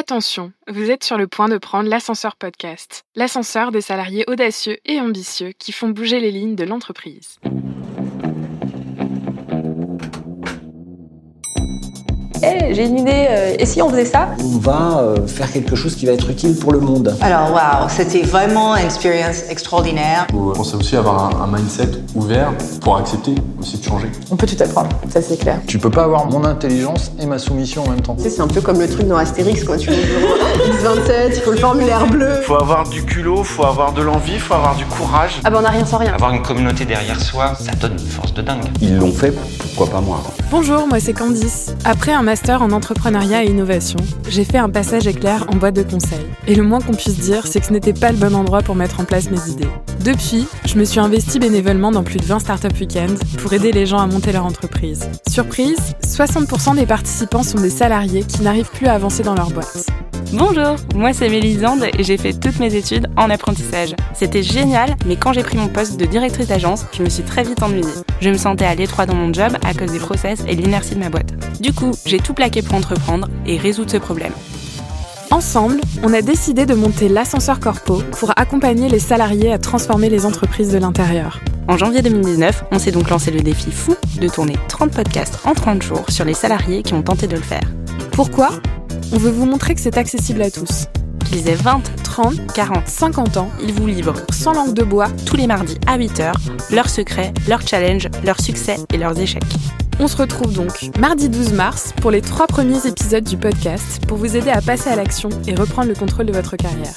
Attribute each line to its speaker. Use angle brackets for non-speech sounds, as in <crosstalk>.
Speaker 1: Attention, vous êtes sur le point de prendre l'ascenseur podcast, l'ascenseur des salariés audacieux et ambitieux qui font bouger les lignes de l'entreprise.
Speaker 2: Hey, j'ai une idée, euh, et si on faisait ça
Speaker 3: On va euh, faire quelque chose qui va être utile pour le monde.
Speaker 4: Alors, waouh, c'était vraiment une expérience extraordinaire.
Speaker 5: Faut penser aussi à avoir un, un mindset ouvert pour accepter aussi de changer.
Speaker 6: On peut tout apprendre, ça c'est clair.
Speaker 7: Tu peux pas avoir mon intelligence et ma soumission en même temps.
Speaker 8: Tu sais, c'est un peu comme le truc dans Astérix quand tu es <laughs> au bureau X27, il faut le formulaire bleu.
Speaker 9: Faut avoir du culot, faut avoir de l'envie, faut avoir du courage.
Speaker 10: Ah ben on a rien sans rien.
Speaker 11: Avoir une communauté derrière soi, ça donne une force de dingue.
Speaker 12: Ils l'ont fait, pourquoi pas moi
Speaker 1: Bonjour, moi c'est Candice. Après un master en entrepreneuriat et innovation, j'ai fait un passage éclair en boîte de conseil. Et le moins qu'on puisse dire, c'est que ce n'était pas le bon endroit pour mettre en place mes idées. Depuis, je me suis investie bénévolement dans plus de 20 startups week-ends pour aider les gens à monter leur entreprise. Surprise, 60% des participants sont des salariés qui n'arrivent plus à avancer dans leur boîte.
Speaker 13: Bonjour, moi c'est Mélisande et j'ai fait toutes mes études en apprentissage. C'était génial, mais quand j'ai pris mon poste de directrice d'agence, je me suis très vite ennuyée. Je me sentais à l'étroit dans mon job à cause des process et l'inertie de ma boîte. Du coup, j'ai tout plaqué pour entreprendre et résoudre ce problème.
Speaker 1: Ensemble, on a décidé de monter l'ascenseur Corpo pour accompagner les salariés à transformer les entreprises de l'intérieur.
Speaker 13: En janvier 2019, on s'est donc lancé le défi fou de tourner 30 podcasts en 30 jours sur les salariés qui ont tenté de le faire.
Speaker 1: Pourquoi on veut vous montrer que c'est accessible à tous.
Speaker 13: Qu'ils aient 20, 30, 40,
Speaker 1: 50 ans,
Speaker 13: ils vous livrent
Speaker 1: sans langue de bois
Speaker 13: tous les mardis à 8h leurs secrets, leurs challenges, leurs succès et leurs échecs.
Speaker 1: On se retrouve donc mardi 12 mars pour les trois premiers épisodes du podcast pour vous aider à passer à l'action et reprendre le contrôle de votre carrière.